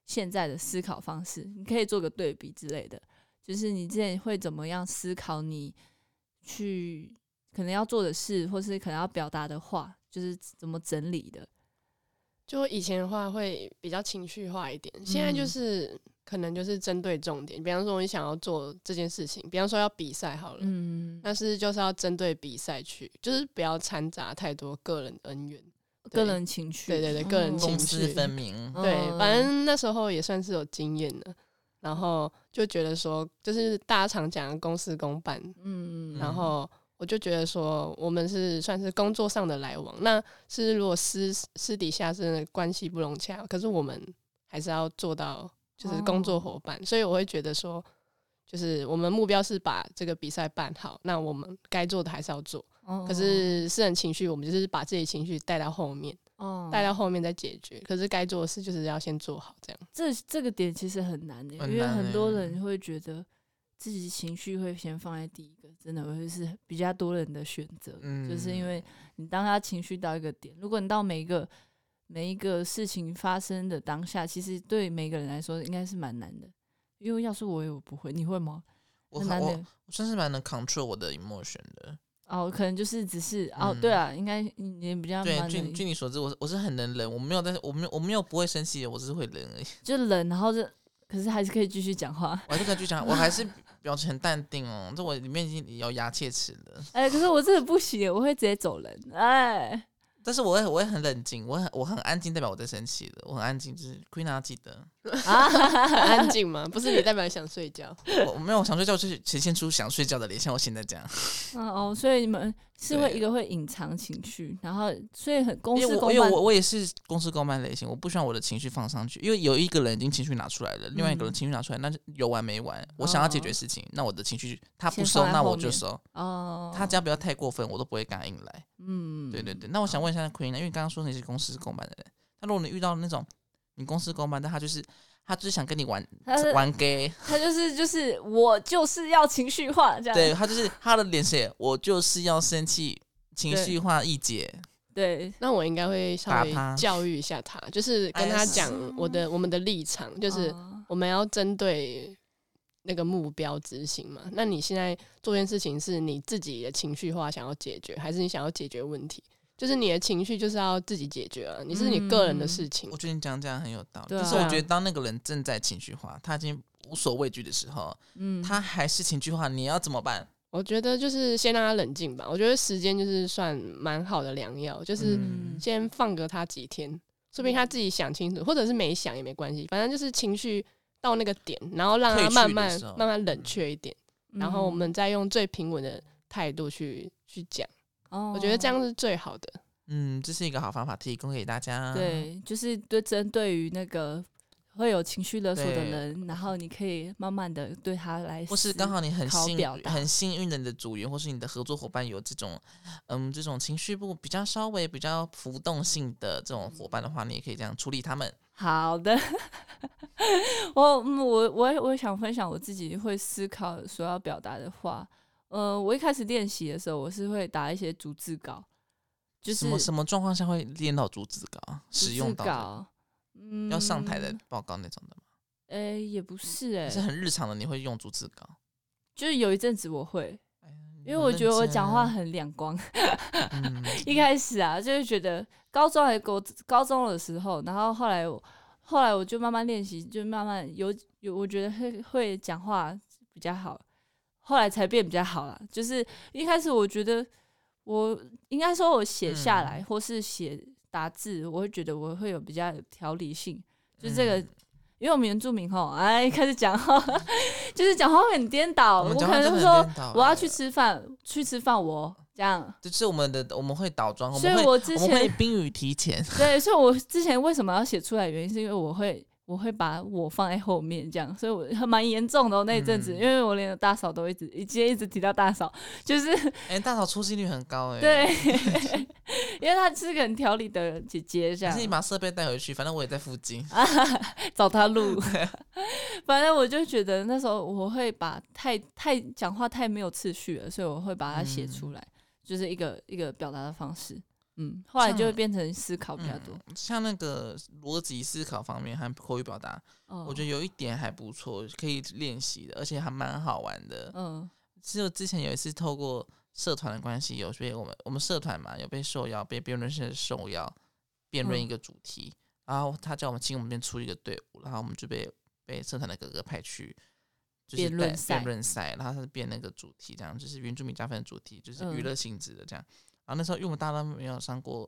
[SPEAKER 2] 现在的思考方式，你可以做个对比之类的。就是你之前会怎么样思考你去可能要做的事，或是可能要表达的话，就是怎么整理的？嗯
[SPEAKER 4] 就以前的话会比较情绪化一点，现在就是可能就是针对重点，比方说你想要做这件事情，比方说要比赛好了，
[SPEAKER 2] 嗯，
[SPEAKER 4] 但是就是要针对比赛去，就是不要掺杂太多个人恩怨。
[SPEAKER 2] 个人情绪，
[SPEAKER 4] 对对对个人
[SPEAKER 3] 公
[SPEAKER 4] 情
[SPEAKER 3] 私
[SPEAKER 4] 绪
[SPEAKER 3] 分明。
[SPEAKER 4] 对，
[SPEAKER 2] 嗯
[SPEAKER 4] 反正那时候也算是有经验了，然后就觉得说，就是大家常讲的公事公办，
[SPEAKER 2] 嗯，
[SPEAKER 4] 然后我就觉得说，我们是算是工作上的来往，那是如果私私底下真的关系不融洽，可是我们还是要做到就是工
[SPEAKER 2] 哦
[SPEAKER 4] 作伙伴，所以我会觉得说，就是我们目标是把这个比赛办好，那我们该做的还是要做，
[SPEAKER 2] 哦
[SPEAKER 4] 可是私人情绪我们就是把自己情绪带到后面，
[SPEAKER 2] 哦
[SPEAKER 4] 带到后面再解决，可是该做的事就是要先做好这样。
[SPEAKER 2] 这这个点其实很难的、
[SPEAKER 3] 很
[SPEAKER 2] 因为
[SPEAKER 3] 难
[SPEAKER 2] 很多
[SPEAKER 3] 欸
[SPEAKER 2] 人会觉得自己情绪会先放在第一个，真的会是比较多人的选择，
[SPEAKER 3] 嗯
[SPEAKER 2] 就是因为你当他情绪到一个点，如果你到每一个每一个事情发生的当下，其实对每个人来说应该是蛮难的。因为要是我也我不会，你会吗？
[SPEAKER 3] 我
[SPEAKER 2] 很
[SPEAKER 3] 很
[SPEAKER 2] 难
[SPEAKER 3] 我
[SPEAKER 2] 的
[SPEAKER 3] 我算是蛮能 control 我的 emotion 的。
[SPEAKER 2] 哦，可能就是只是哦，
[SPEAKER 3] 嗯
[SPEAKER 2] 对啊，应该你也比较
[SPEAKER 3] 对，
[SPEAKER 2] 蛮
[SPEAKER 3] 据
[SPEAKER 2] 能
[SPEAKER 3] 你据你所知，我是我是很能忍，我没有但是我没有我没有不会生气，我只是会忍而已。
[SPEAKER 2] 就冷，然后就可是还是可以继续讲话。
[SPEAKER 3] 我还是跟剧讲，我还是表情很淡定哦，这我里面已经咬牙切齿了。
[SPEAKER 2] 哎、可是我真的不行，我会直接走人。哎，
[SPEAKER 3] 但是我会我会很冷静，我很我很安静，代表我在生气了，我很安静，就是 Queen 要记得，
[SPEAKER 4] 很安静吗？不是你代表想睡觉，
[SPEAKER 3] 我我没有我想睡觉，就是呈现出想睡觉的脸，像我现在这样。
[SPEAKER 2] 嗯 哦，所以你们是会
[SPEAKER 3] 对
[SPEAKER 2] 一个会隐藏情绪，然后所以很公
[SPEAKER 3] 因为
[SPEAKER 2] 司
[SPEAKER 3] 我
[SPEAKER 2] 公
[SPEAKER 3] 因为
[SPEAKER 2] 办
[SPEAKER 3] 我我也是公司公办类型，我不希望我的情绪放上去，因为有一个人已经情绪拿出来了，另外一个
[SPEAKER 2] 嗯
[SPEAKER 3] 人情绪拿出来，那就有完没完。我想要解决
[SPEAKER 2] 哦
[SPEAKER 3] 事情，那我的情绪他不
[SPEAKER 2] 先
[SPEAKER 3] 收
[SPEAKER 2] 放，在
[SPEAKER 3] 那
[SPEAKER 2] 后
[SPEAKER 3] 我就
[SPEAKER 2] 面
[SPEAKER 3] 收。
[SPEAKER 2] 哦，
[SPEAKER 3] 他只要不要太过分，我都不会跟他硬来。
[SPEAKER 2] 嗯，
[SPEAKER 3] 对对对，那我想问一下 Queen 呢，因为刚刚说你是公司公办的人，那如果你遇到那种你公司公办，但他就是他就是想跟你玩
[SPEAKER 2] 他是
[SPEAKER 3] 玩 gay，
[SPEAKER 2] 他就是就是我就是要情绪化这样，
[SPEAKER 3] 对他就是他的脸写我就是要生气，情
[SPEAKER 2] 对
[SPEAKER 3] 绪化一姐，
[SPEAKER 2] 对
[SPEAKER 4] 那我应该会稍
[SPEAKER 3] 打
[SPEAKER 4] 微
[SPEAKER 3] 他
[SPEAKER 4] 教育一下他，就是跟
[SPEAKER 3] 哎
[SPEAKER 4] 他
[SPEAKER 3] 呀
[SPEAKER 4] 讲我的我们的立场，就是
[SPEAKER 2] 哦
[SPEAKER 4] 我们要针对那个目标执行嘛。那你现在做件事情是你自己的情绪化想要解决，还是你想要解决问题？就是你的情绪就是要自己解决啊，你是你个人的事情
[SPEAKER 3] 我。觉得你讲这样很有道理，
[SPEAKER 2] 对
[SPEAKER 3] 但
[SPEAKER 2] 啊
[SPEAKER 3] 是我觉得当那个人正在情绪化，他已经无所畏惧的时候，
[SPEAKER 2] 嗯，
[SPEAKER 3] 他还是情绪化，你要怎么办？
[SPEAKER 4] 我觉得就是先让他冷静吧。我觉得时间就是算蛮好的良药，就是
[SPEAKER 2] 嗯
[SPEAKER 4] 先放个他几
[SPEAKER 3] 嗯
[SPEAKER 4] 天，说不定他自己想清楚，或者是没想也没关系，反正就是情绪到那个点，然后让
[SPEAKER 3] 退
[SPEAKER 4] 他
[SPEAKER 3] 去
[SPEAKER 4] 慢
[SPEAKER 3] 的
[SPEAKER 4] 慢
[SPEAKER 3] 时候嗯
[SPEAKER 4] 慢慢冷却一点，嗯然后我们再用最平稳的态度去去讲，
[SPEAKER 2] 嗯，
[SPEAKER 4] 我觉得这样
[SPEAKER 2] 哦
[SPEAKER 4] 是最好的。
[SPEAKER 3] 嗯，这是一个好方法，提供给大
[SPEAKER 2] 哦
[SPEAKER 3] 家。，
[SPEAKER 2] 对，
[SPEAKER 4] 嗯
[SPEAKER 2] 就是对针对于那个。会有情绪勒索的
[SPEAKER 3] 对
[SPEAKER 2] 人，然后你可以慢慢的对他来思，
[SPEAKER 3] 或是刚好你很
[SPEAKER 2] 考
[SPEAKER 3] 幸
[SPEAKER 2] 表达
[SPEAKER 3] 很幸运的你的组员或是你的合作伙伴有这种，嗯，这种情绪不比较稍微比较浮动性的这种伙伴的话，你也可以这样处理他们。
[SPEAKER 2] 好的， 我嗯我我也我也想分享我自己会思考所要表达的话。呃，我一开始练习的时候，我是会打一些逐字稿，就是
[SPEAKER 3] 什么什么状况下会练到逐字稿？啊
[SPEAKER 2] 逐
[SPEAKER 3] 使
[SPEAKER 2] 字
[SPEAKER 3] 用到的
[SPEAKER 2] 稿，嗯，
[SPEAKER 3] 要上台的，报告那种的吗？
[SPEAKER 2] 哎、也不是哎、
[SPEAKER 3] 还是很日常的，你会用逐字稿？
[SPEAKER 2] 就是有一阵子我会，
[SPEAKER 3] 哎呀
[SPEAKER 2] 因为我觉得我讲话，
[SPEAKER 3] 你
[SPEAKER 2] 很亮光。
[SPEAKER 3] 认真嗯
[SPEAKER 2] 一开始啊，就是觉得高中还高高中的时候，然后后来我后来我就慢慢练习，就慢慢有有，我觉得会会讲话比较好，后来才变比较好啦。就是一开始我觉得我应该说我写下
[SPEAKER 3] 嗯
[SPEAKER 2] 来、或是写打字，我会觉得我会有比较有条理性，就这个。
[SPEAKER 3] 嗯
[SPEAKER 2] 因为我们原住民吼，哎，开始讲话， 就是讲话会很颠倒。哦我
[SPEAKER 3] 我们
[SPEAKER 2] 可
[SPEAKER 3] 讲话
[SPEAKER 2] 能
[SPEAKER 3] 真
[SPEAKER 2] 会
[SPEAKER 3] 的
[SPEAKER 2] 说
[SPEAKER 3] 很颠倒
[SPEAKER 2] 我要
[SPEAKER 3] 哎
[SPEAKER 2] 去吃饭，去吃饭我这样。
[SPEAKER 3] 就是我们的我们会倒哦装，我
[SPEAKER 2] 所以
[SPEAKER 3] 们会
[SPEAKER 2] 我之
[SPEAKER 3] 我
[SPEAKER 2] 前
[SPEAKER 3] 们会宾语提前，
[SPEAKER 2] 对，所以我之前为什么要写出来，原因是因为我会我会把我放在后面这样，所以我还蛮严重的、哦、那一阵子，
[SPEAKER 3] 嗯
[SPEAKER 2] 因为我连大嫂都一直一直一直提到大嫂，就是
[SPEAKER 3] 哎、大嫂出镜率很 高哎、
[SPEAKER 2] 对，因为她是个很调理的姐姐这
[SPEAKER 3] 还
[SPEAKER 2] 样
[SPEAKER 3] 是，你把设备带回去，反正我也在附近。
[SPEAKER 2] 啊，找她 录，
[SPEAKER 3] 啊
[SPEAKER 2] 反正我就觉得那时候我会把太太讲话太没有次序了，所以我会把它写
[SPEAKER 3] 嗯
[SPEAKER 2] 出来，就是一个一个表达的方式。嗯，后来就会
[SPEAKER 3] 像
[SPEAKER 2] 变成思考比较多。
[SPEAKER 3] 嗯像那个逻辑思考方面和口语表达，
[SPEAKER 2] 哦，
[SPEAKER 3] 我觉得有一点还不错，可以练习的，而且还蛮好玩的。
[SPEAKER 2] 嗯，
[SPEAKER 3] 只有之前有一次透过社团的关系，有被我们我们社团嘛有被受邀被辩论社受邀辩
[SPEAKER 2] 嗯
[SPEAKER 3] 论一个主题，然后他叫我们请我们边出一个队伍，然后我们就被被被社团的哥哥派去。就是
[SPEAKER 2] 辩论
[SPEAKER 3] 带
[SPEAKER 2] 赛
[SPEAKER 3] 辩论赛，然后他是辩那个主题，这样就是原住民加分的主题，就是娱
[SPEAKER 2] 嗯
[SPEAKER 3] 乐性质的这样。然后那时候因为我们大家都没有上过，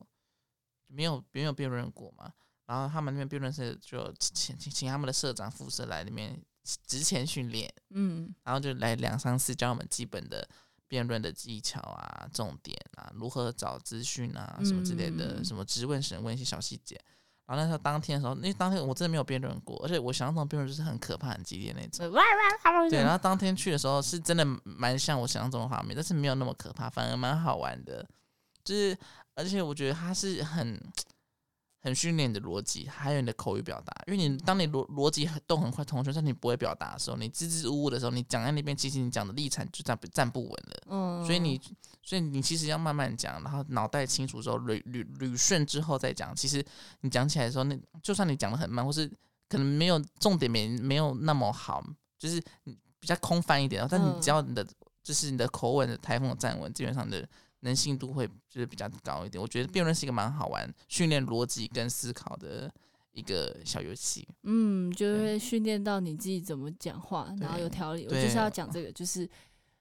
[SPEAKER 3] 没有没有辩论过嘛，然后他们那边辩论社就请请请他们的社长、副社来那边职前训练，
[SPEAKER 2] 嗯
[SPEAKER 3] 然后就来两三次教我们基本的辩论的技巧啊、重点啊、如何找资讯啊什么之类的，
[SPEAKER 2] 嗯
[SPEAKER 3] 什么质问、审问一些小细节。然后那时候当天的时候，因为当天我真的没有辩论过，而且我想象中的辩论就是很可怕、很激烈那种。
[SPEAKER 2] 哇哇哇哇
[SPEAKER 3] 对，然啊后当天去的时候是真的蛮像我想象中的画面，但是没有那么可怕，反而蛮好玩的。就是而且我觉得它是很很训练你的逻辑，还有你的口语表达。因为你当你逻逻辑很动很快，同时但你不会表达的时候，你支支吾吾的时候，你讲在那边，其实你讲的立场就站不站不稳了。
[SPEAKER 2] 嗯
[SPEAKER 3] 所以你，所以你其实要慢慢讲，然后脑袋清楚之后捋捋捋顺之后再讲。其实你讲起来的时候，那就算你讲的很慢，或是可能没有重点没没有那么好，就是你比较空泛一点，哦但
[SPEAKER 2] 嗯
[SPEAKER 3] 你只要你的、就是你的口吻的台风站稳，基本上你的能信度会就是比较高一点。我觉得辩论是一个蛮好玩、训练逻辑跟思考的一个小游戏。
[SPEAKER 2] 嗯，就
[SPEAKER 3] 对
[SPEAKER 2] 会训练到你自己怎么讲话，然后有
[SPEAKER 3] 对
[SPEAKER 2] 条理。我就是
[SPEAKER 3] 对
[SPEAKER 2] 要讲这个，就是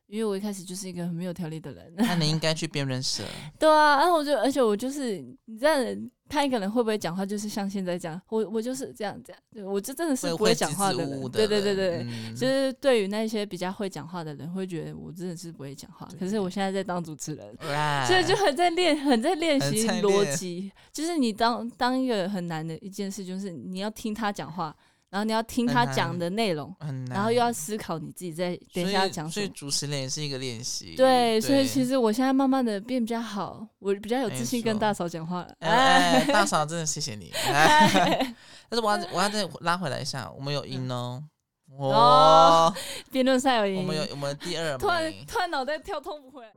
[SPEAKER 2] 因为我一开始就是一个很没有条理的人。
[SPEAKER 3] 那你应该去辩论社，
[SPEAKER 2] 对啊，然后我就，而且我就是，你这样的人，看一个人会不会讲话，就是像现在这样，我我就是这 样这样，对我就真的是不
[SPEAKER 3] 会
[SPEAKER 2] 讲话
[SPEAKER 3] 支支
[SPEAKER 2] 人
[SPEAKER 3] 吾吾的
[SPEAKER 2] 对
[SPEAKER 3] 人，
[SPEAKER 2] 对对对，
[SPEAKER 3] 嗯
[SPEAKER 2] 就是对于那些比较会讲话的人，会觉得我真的是不会讲话。可是我现在在当主持人，所以就很在练，很在练
[SPEAKER 3] 很
[SPEAKER 2] 习
[SPEAKER 3] 在
[SPEAKER 2] 逻
[SPEAKER 3] 练
[SPEAKER 2] 辑。就是你当当一个很难的一件事，就是你要听他讲话，然后你要听
[SPEAKER 3] 很
[SPEAKER 2] 他
[SPEAKER 3] 难
[SPEAKER 2] 讲的内容，
[SPEAKER 3] 很难，
[SPEAKER 2] 然后又要思考你自己在
[SPEAKER 3] 所
[SPEAKER 2] 等一
[SPEAKER 3] 以
[SPEAKER 2] 下要讲什
[SPEAKER 3] 所以
[SPEAKER 2] 么。
[SPEAKER 3] 主持人也是一个练习。
[SPEAKER 2] 对，所以其
[SPEAKER 3] 实
[SPEAKER 2] 实我现在慢慢的变比较好，我比较有
[SPEAKER 3] 没
[SPEAKER 2] 自信跟
[SPEAKER 3] 错
[SPEAKER 2] 大嫂讲话了。
[SPEAKER 3] 哎，
[SPEAKER 2] 哎
[SPEAKER 3] 哎，大嫂真的谢谢你。哎但是我要我要再拉回来一下，我们有赢哦，
[SPEAKER 2] 哦
[SPEAKER 3] 哦，
[SPEAKER 2] 辩论赛有
[SPEAKER 3] 我
[SPEAKER 2] 赢
[SPEAKER 3] 们，有我们第二
[SPEAKER 2] 突然
[SPEAKER 3] 名。
[SPEAKER 2] 突然脑袋跳通不回来。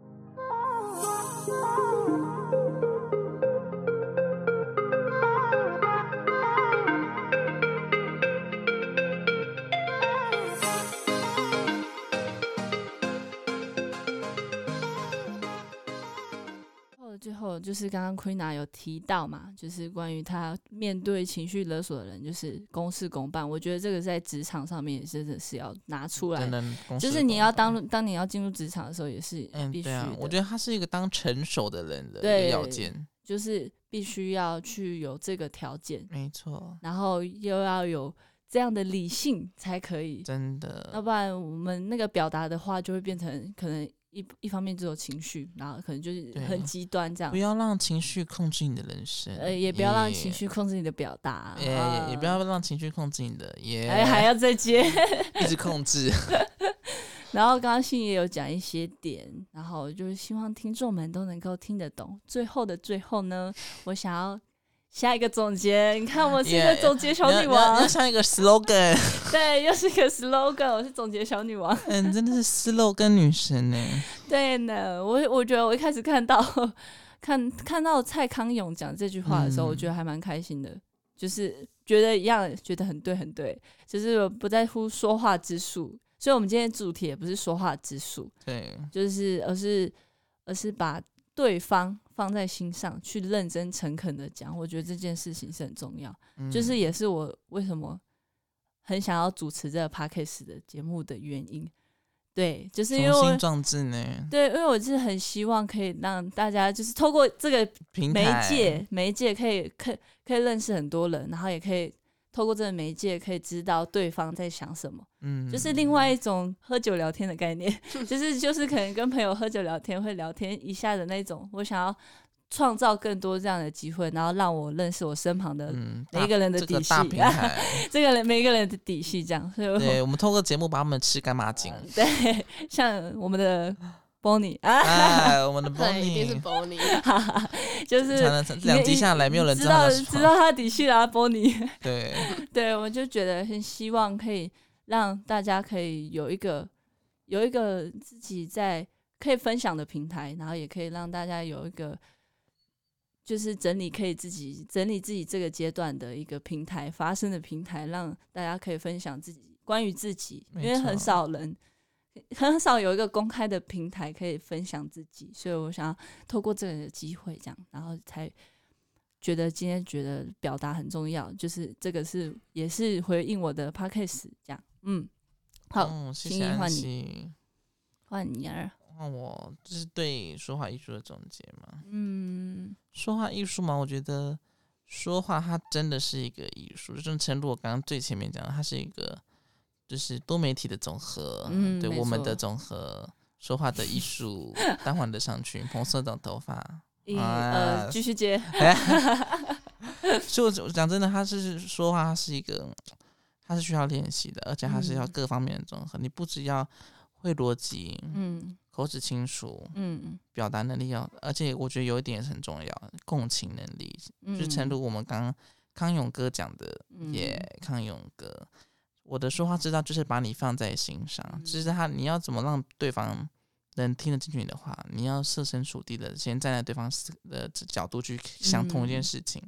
[SPEAKER 2] 后最后就是刚刚 Queen a 有提到嘛，就是关于他面对情绪勒索的人，就是公事公办。我觉得这个在职场上面也真的是要拿出来
[SPEAKER 3] 真的，公
[SPEAKER 2] 就
[SPEAKER 3] 事
[SPEAKER 2] 是你
[SPEAKER 3] 公
[SPEAKER 2] 要
[SPEAKER 3] 办
[SPEAKER 2] 当当你要进入职场的时候，也是
[SPEAKER 3] 嗯，
[SPEAKER 2] 必须
[SPEAKER 3] 对
[SPEAKER 2] 的、
[SPEAKER 3] 啊，我觉得他是一个当成熟的人的一
[SPEAKER 2] 对
[SPEAKER 3] 个要件，
[SPEAKER 2] 就是必须要去有这个条件，
[SPEAKER 3] 没错，
[SPEAKER 2] 然后又要有这样的理性才可以，
[SPEAKER 3] 真
[SPEAKER 2] 要
[SPEAKER 3] 的，
[SPEAKER 2] 不然我们那个表达的话就会变成可能一一方面只有情绪，然后可能就是
[SPEAKER 3] 对啊
[SPEAKER 2] 很极端这样
[SPEAKER 3] 不，要让情绪控制你的人生，
[SPEAKER 2] 呃，也不要让情
[SPEAKER 3] 耶，
[SPEAKER 2] 绪控制你的表达，
[SPEAKER 3] 也
[SPEAKER 2] 啊
[SPEAKER 3] 也不要让情绪控制你的，也
[SPEAKER 2] 哎还要再接。
[SPEAKER 3] 一直控制，
[SPEAKER 2] 然后刚刚信也有讲一些点，然后就是希望听众们都能够听得懂。最后的最后呢，我想要下一个总 结，你看我是一个
[SPEAKER 3] Yeah，
[SPEAKER 2] 总结小
[SPEAKER 3] 你要
[SPEAKER 2] 女
[SPEAKER 3] 你要你
[SPEAKER 2] 王
[SPEAKER 3] 要，像一个 slogan。
[SPEAKER 2] 对，又是一个 slogan，我是总结小女 王。
[SPEAKER 3] 嗯，真的是斯漏跟女神呢、
[SPEAKER 2] 对呢，我我觉得我一开始看到 看看到蔡康永讲这句话的时候，
[SPEAKER 3] 嗯
[SPEAKER 2] 我觉得还蛮开心的，就是觉得一样，觉得很对很对，就是我不在乎说话之术。所以，我们今天主题也不是说话之术，
[SPEAKER 3] 对，
[SPEAKER 2] 就是而是而是把对方放在心上，去认真诚恳的讲。我觉得这件事情是很重要，
[SPEAKER 3] 嗯
[SPEAKER 2] 就是也是我为什么很想要主持这个 p a c k a g e 的节目的原因。对，就是因为
[SPEAKER 3] 雄心
[SPEAKER 2] 我
[SPEAKER 3] 壮志呢，
[SPEAKER 2] 对，因为我是很希望可以让大家就是透过这个
[SPEAKER 3] 平
[SPEAKER 2] 媒
[SPEAKER 3] 台
[SPEAKER 2] 介，媒介可以可以可以认识很多人，然后也可以透过这个媒介可以知道对方在想什么。
[SPEAKER 3] 嗯，
[SPEAKER 2] 就是另外一种喝酒聊天的概 念，就是就是可能跟朋友喝酒聊天会聊天一下的那种。我想要创造更多这样的机会，然后让我认识我身旁的
[SPEAKER 3] 嗯，
[SPEAKER 2] 每一
[SPEAKER 3] 大
[SPEAKER 2] 个人的
[SPEAKER 3] 这个
[SPEAKER 2] 底细，啊
[SPEAKER 3] 大平台，
[SPEAKER 2] 这个人每一个人的底细这样。所以我
[SPEAKER 3] 对我们透过节目把他们吃干抹净。
[SPEAKER 2] 对，像我们 的 Bonnie 啊，
[SPEAKER 3] 哎，我们的
[SPEAKER 4] 对，一定是
[SPEAKER 3] Bonnie，
[SPEAKER 4] Bonnie，
[SPEAKER 2] 哈哈就是
[SPEAKER 3] 才能两集下来没有人
[SPEAKER 2] 知
[SPEAKER 3] 道
[SPEAKER 2] 道
[SPEAKER 3] 他的
[SPEAKER 2] 知
[SPEAKER 3] 床
[SPEAKER 2] 道他的底细啦、Bonnie。啊
[SPEAKER 3] 对，
[SPEAKER 2] 对，我就觉得很希望可以让大家可以有一个有一个自己在可以分享的平台，然后也可以让大家有一个就是整理可以自己整理自己这个阶段的一个平台发声的平台，让大家可以分享自己关于自己，因
[SPEAKER 3] 没
[SPEAKER 2] 为很
[SPEAKER 3] 错
[SPEAKER 2] 少人。很少有一个公开的平台可以分享自己，所以我想要透过这个机会，这样，然后才觉得今天觉得表达很重要，就是这个是也是回应我的 podcast 这样。嗯，好，
[SPEAKER 3] 嗯，谢
[SPEAKER 2] 心
[SPEAKER 3] 谢
[SPEAKER 2] 意
[SPEAKER 3] 安
[SPEAKER 2] 换你
[SPEAKER 3] 琪。
[SPEAKER 2] 换你啊儿。
[SPEAKER 3] 换我，这是对说话艺术的总结嘛？
[SPEAKER 2] 嗯
[SPEAKER 3] 说话艺术嘛，我觉得说话它真的是一个艺术，就是诚如我刚刚最前面讲的，它是一个就是多媒体的总和，
[SPEAKER 2] 嗯
[SPEAKER 3] 对
[SPEAKER 2] 没
[SPEAKER 3] 我们
[SPEAKER 2] 错
[SPEAKER 3] 的总和，说话的艺 术，单簧的上裙，红色的头发，
[SPEAKER 2] 一
[SPEAKER 3] 啊
[SPEAKER 2] 呃，继续 接，
[SPEAKER 3] 所以我我讲真的，他是说话，他是一个，他是需要练习的，而且他是要
[SPEAKER 2] 嗯
[SPEAKER 3] 各方面的综合。你不只要会逻辑，
[SPEAKER 2] 嗯
[SPEAKER 3] 口齿清楚，
[SPEAKER 2] 嗯
[SPEAKER 3] 表达能力要，而且我觉得有一点也是很重要，共情能力。
[SPEAKER 2] 嗯，
[SPEAKER 3] 就诚如我们刚刚康永哥讲的，
[SPEAKER 2] 嗯
[SPEAKER 3] 也、康永哥，我的说话之道就是把你放在心上，
[SPEAKER 2] 嗯
[SPEAKER 3] 就是他你要怎么让对方能听得进去你的话，你要设身处地的先站在对方思的角度去想同一件
[SPEAKER 2] 嗯
[SPEAKER 3] 事情，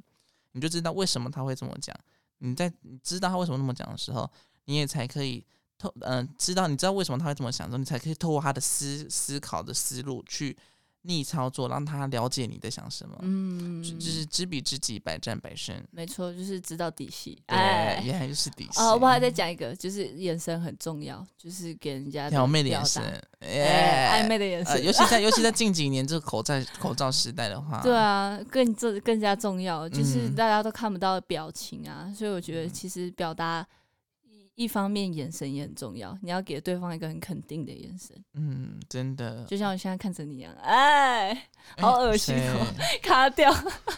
[SPEAKER 3] 你就知道为什么他会这么讲。你在你知道他为什么那么讲的时候，你也才可以透嗯、知道你知道为什么他会这么想之后，你才可以透过他的思思考的思路去逆操作，让他了解你在想什么。
[SPEAKER 2] 嗯，
[SPEAKER 3] 就就是知彼知己，百战百胜。
[SPEAKER 2] 没错，就是知道底细。
[SPEAKER 3] 对，
[SPEAKER 2] 哎，
[SPEAKER 3] 原来就是底线。
[SPEAKER 2] 哦，我还在讲一个，就是眼神很重要，就是给人家的
[SPEAKER 3] 撩妹的
[SPEAKER 2] 表
[SPEAKER 3] 眼
[SPEAKER 2] 达
[SPEAKER 3] 神，，
[SPEAKER 2] 哎，
[SPEAKER 3] 哎
[SPEAKER 2] 暧昧的眼
[SPEAKER 3] 呃，
[SPEAKER 2] 神，
[SPEAKER 3] 尤其在尤其在近几年这个口罩口罩时代的话，
[SPEAKER 2] 对，啊，更这更加重要，就是
[SPEAKER 3] 嗯
[SPEAKER 2] 大家都看不到表情啊，所以我觉得其实表达一一方面眼神也很重要，你要给对方一个很肯定的眼神，
[SPEAKER 3] 嗯，真的，
[SPEAKER 2] 就像我现在看着你一样，哎， 好恶心哦
[SPEAKER 3] 哎
[SPEAKER 2] 卡掉。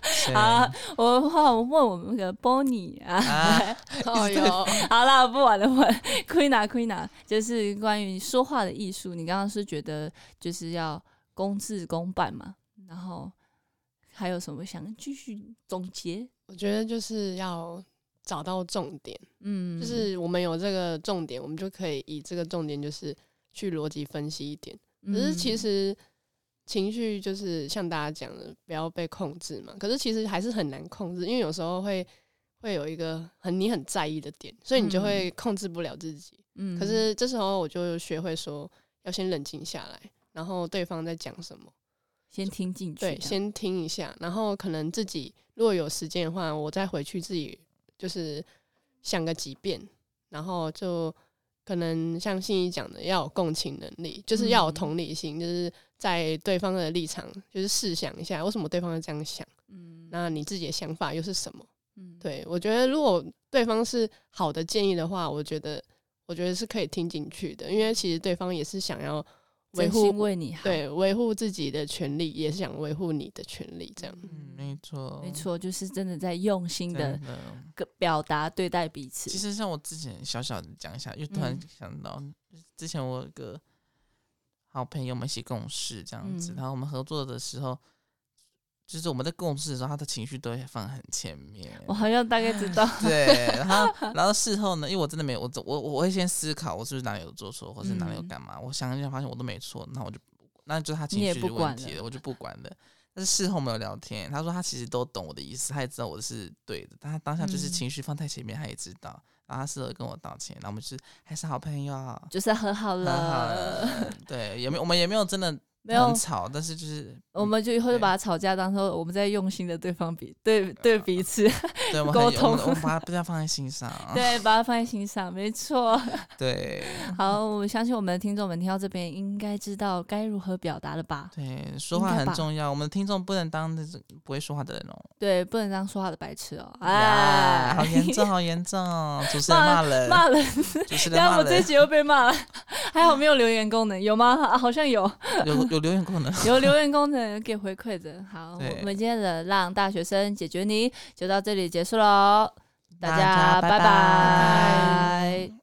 [SPEAKER 3] 谁
[SPEAKER 2] 啊 我好问我们那个 Bonnie 啊，
[SPEAKER 3] 谁啊，
[SPEAKER 4] 哦哟，
[SPEAKER 2] 好啦，不玩了，不玩了 Queen 啊 Queen 啊，就是关于说话的艺术，你刚刚是觉得就是要公事公办嘛，然后还有什么想继续总结？
[SPEAKER 4] 我觉得就是要找到重点，
[SPEAKER 2] 嗯，
[SPEAKER 4] 就是我们有这个重点，我们就可以以这个重点就是去逻辑分析一点。可是
[SPEAKER 2] 嗯
[SPEAKER 4] 其实情绪就是像大家讲的，不要被控制嘛。可是其实还是很难控制，因为有时候会会有一个很你很在意的点，所以你就会控制不了自己。
[SPEAKER 2] 嗯，嗯
[SPEAKER 4] 可是这时候我就学会说，要先冷静下来，然后对方在讲什么，
[SPEAKER 2] 先听进去这样，
[SPEAKER 4] 对，先听一下，然后可能自己如果有时间的话，我再回去自己就是想个几遍，然后就可能像信一讲的，要有共情能力，就是要有
[SPEAKER 2] 嗯
[SPEAKER 4] 同理心，就是在对方的立场，就是试想一下为什么对方会这样想，
[SPEAKER 2] 嗯，
[SPEAKER 4] 那你自己的想法又是什么？
[SPEAKER 2] 嗯，
[SPEAKER 4] 对我觉得，如果对方是好的建议的话，我觉得我觉得是可以听进去的，因为其实对方也是想要维
[SPEAKER 2] 真
[SPEAKER 4] 护
[SPEAKER 2] 心为你好，，
[SPEAKER 4] 对，维护自己的权利，也是想维护你的权利，这样。
[SPEAKER 3] 嗯，没错，
[SPEAKER 2] 没，错，就是真的在用心的
[SPEAKER 3] 真的。
[SPEAKER 2] 表达对待彼此，
[SPEAKER 3] 其实像我之前小小的讲一下，又突然
[SPEAKER 2] 嗯
[SPEAKER 3] 想到，之前我有一个好朋友，我们一起共事这样子，
[SPEAKER 2] 嗯
[SPEAKER 3] 然后我们合作的时候，就是我们在共事的时候，他的情绪都会放很前面。
[SPEAKER 2] 我好像大概知 道，
[SPEAKER 3] 对，然后然后事后呢，因为我真的没有，我我我会先思考我是不是哪里有做错，或是哪里有
[SPEAKER 2] 嗯
[SPEAKER 3] 干嘛。我想一想，发现我都没错，那我就那就是他情
[SPEAKER 2] 你也
[SPEAKER 3] 绪
[SPEAKER 2] 不
[SPEAKER 3] 的
[SPEAKER 2] 管
[SPEAKER 3] 问题
[SPEAKER 2] 了
[SPEAKER 3] 了，我就不管了。但是事后没有聊天，他说他其实都懂我的意思，他也知道我是对的，但他当下就是
[SPEAKER 2] 嗯
[SPEAKER 3] 情绪放太前面，他也知道，然后他事后跟我道歉，然后我们就是还是好朋友，
[SPEAKER 2] 就是和好
[SPEAKER 3] 很
[SPEAKER 2] 了，
[SPEAKER 3] 好了，对，也没我们也没有 真的呃
[SPEAKER 2] 没有
[SPEAKER 3] 很吵，但是就是
[SPEAKER 2] 我们就以后就
[SPEAKER 3] 对
[SPEAKER 2] 把它吵架当做我们在用心的对方彼对对彼 此，
[SPEAKER 3] 对我 们
[SPEAKER 2] 沟
[SPEAKER 3] 很我们
[SPEAKER 2] 通
[SPEAKER 3] 我们把它不要放在心上，啊
[SPEAKER 2] 对，把它放在心上，没 错。
[SPEAKER 3] 对
[SPEAKER 2] 好，我相信我们的听众们听到这边应该知道该如何表达了吧？
[SPEAKER 3] 对，说
[SPEAKER 2] 应
[SPEAKER 3] 话
[SPEAKER 2] 该
[SPEAKER 3] 很
[SPEAKER 2] 吧
[SPEAKER 3] 重要。我们的听众不能当那种不会说话的人哦。
[SPEAKER 2] 对，不能当说话的白痴哦、
[SPEAKER 3] 呀，
[SPEAKER 2] 哎，
[SPEAKER 3] 好严重，好严重！主持人骂 人，
[SPEAKER 2] 骂人，
[SPEAKER 3] 主持
[SPEAKER 2] 等
[SPEAKER 3] 人
[SPEAKER 2] 下
[SPEAKER 3] 骂
[SPEAKER 2] 我这
[SPEAKER 3] 人，
[SPEAKER 2] 集又被骂了， 还好没有留言功能，有吗？ 啊、好像有，
[SPEAKER 3] 有有留言功能。
[SPEAKER 2] 有留言功能给回馈的。好，
[SPEAKER 3] 对
[SPEAKER 2] 我们今天的让大学生解决你就到这里结束喽，大
[SPEAKER 3] 大家
[SPEAKER 2] 家
[SPEAKER 3] 拜
[SPEAKER 2] 拜
[SPEAKER 3] 拜
[SPEAKER 2] 拜